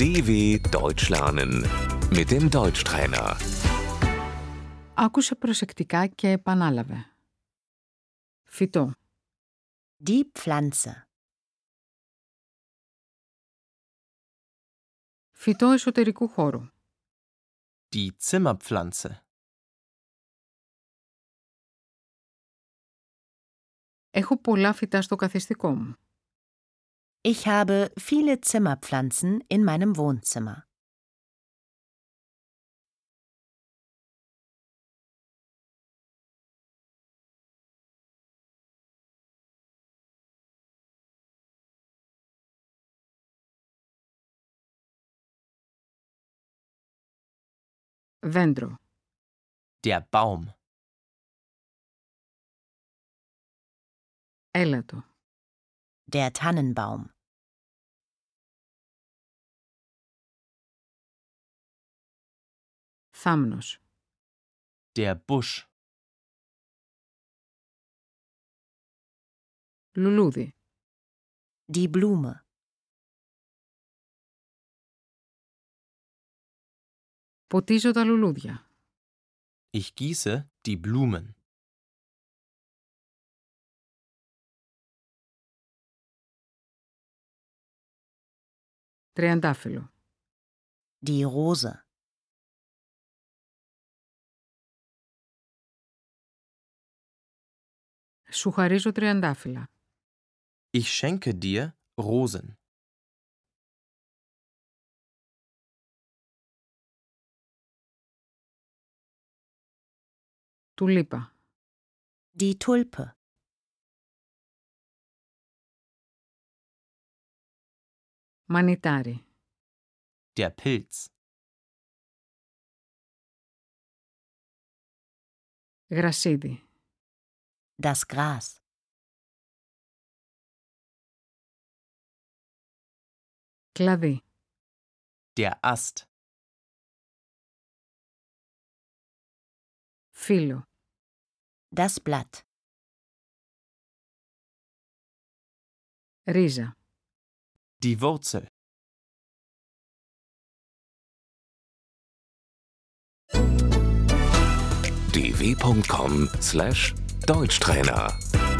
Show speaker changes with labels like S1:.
S1: DW Deutsch lernen mit dem Deutschtrainer.
S2: Άκουσε προσεκτικά και επανάλαβε. Φυτό.
S3: Die Pflanze.
S2: Φυτό εσωτερικού χώρου.
S4: Die Zimmerpflanze.
S2: Έχω πολλά φυτά στο καθιστικό μου.
S3: Ich habe viele Zimmerpflanzen in meinem Wohnzimmer.
S2: Δέντρο.
S4: Der Baum.
S2: Έλατο.
S3: Der Tannenbaum.
S2: Θάμνος.
S4: Der Busch.
S2: Λουλούδι.
S3: Die Blume.
S2: Ποτίζω τα λουλούδια.
S4: Ich gieße die Blumen.
S2: Τριαντάφυλλο.
S3: Die Rose.
S2: Σου χαρίζω τριαντάφυλλα.
S4: Ich schenke dir Rosen.
S2: Τουλίπα.
S3: Die Tulpe.
S2: Μανιτάρι.
S4: Der Pilz.
S2: Γρασίδι.
S3: Das Gras.
S2: Κλαδί.
S4: Der Ast.
S2: Φύλλο.
S3: Das Blatt.
S2: Ρίζα.
S4: Die Wurzel.
S1: dw.com/deutschtrainer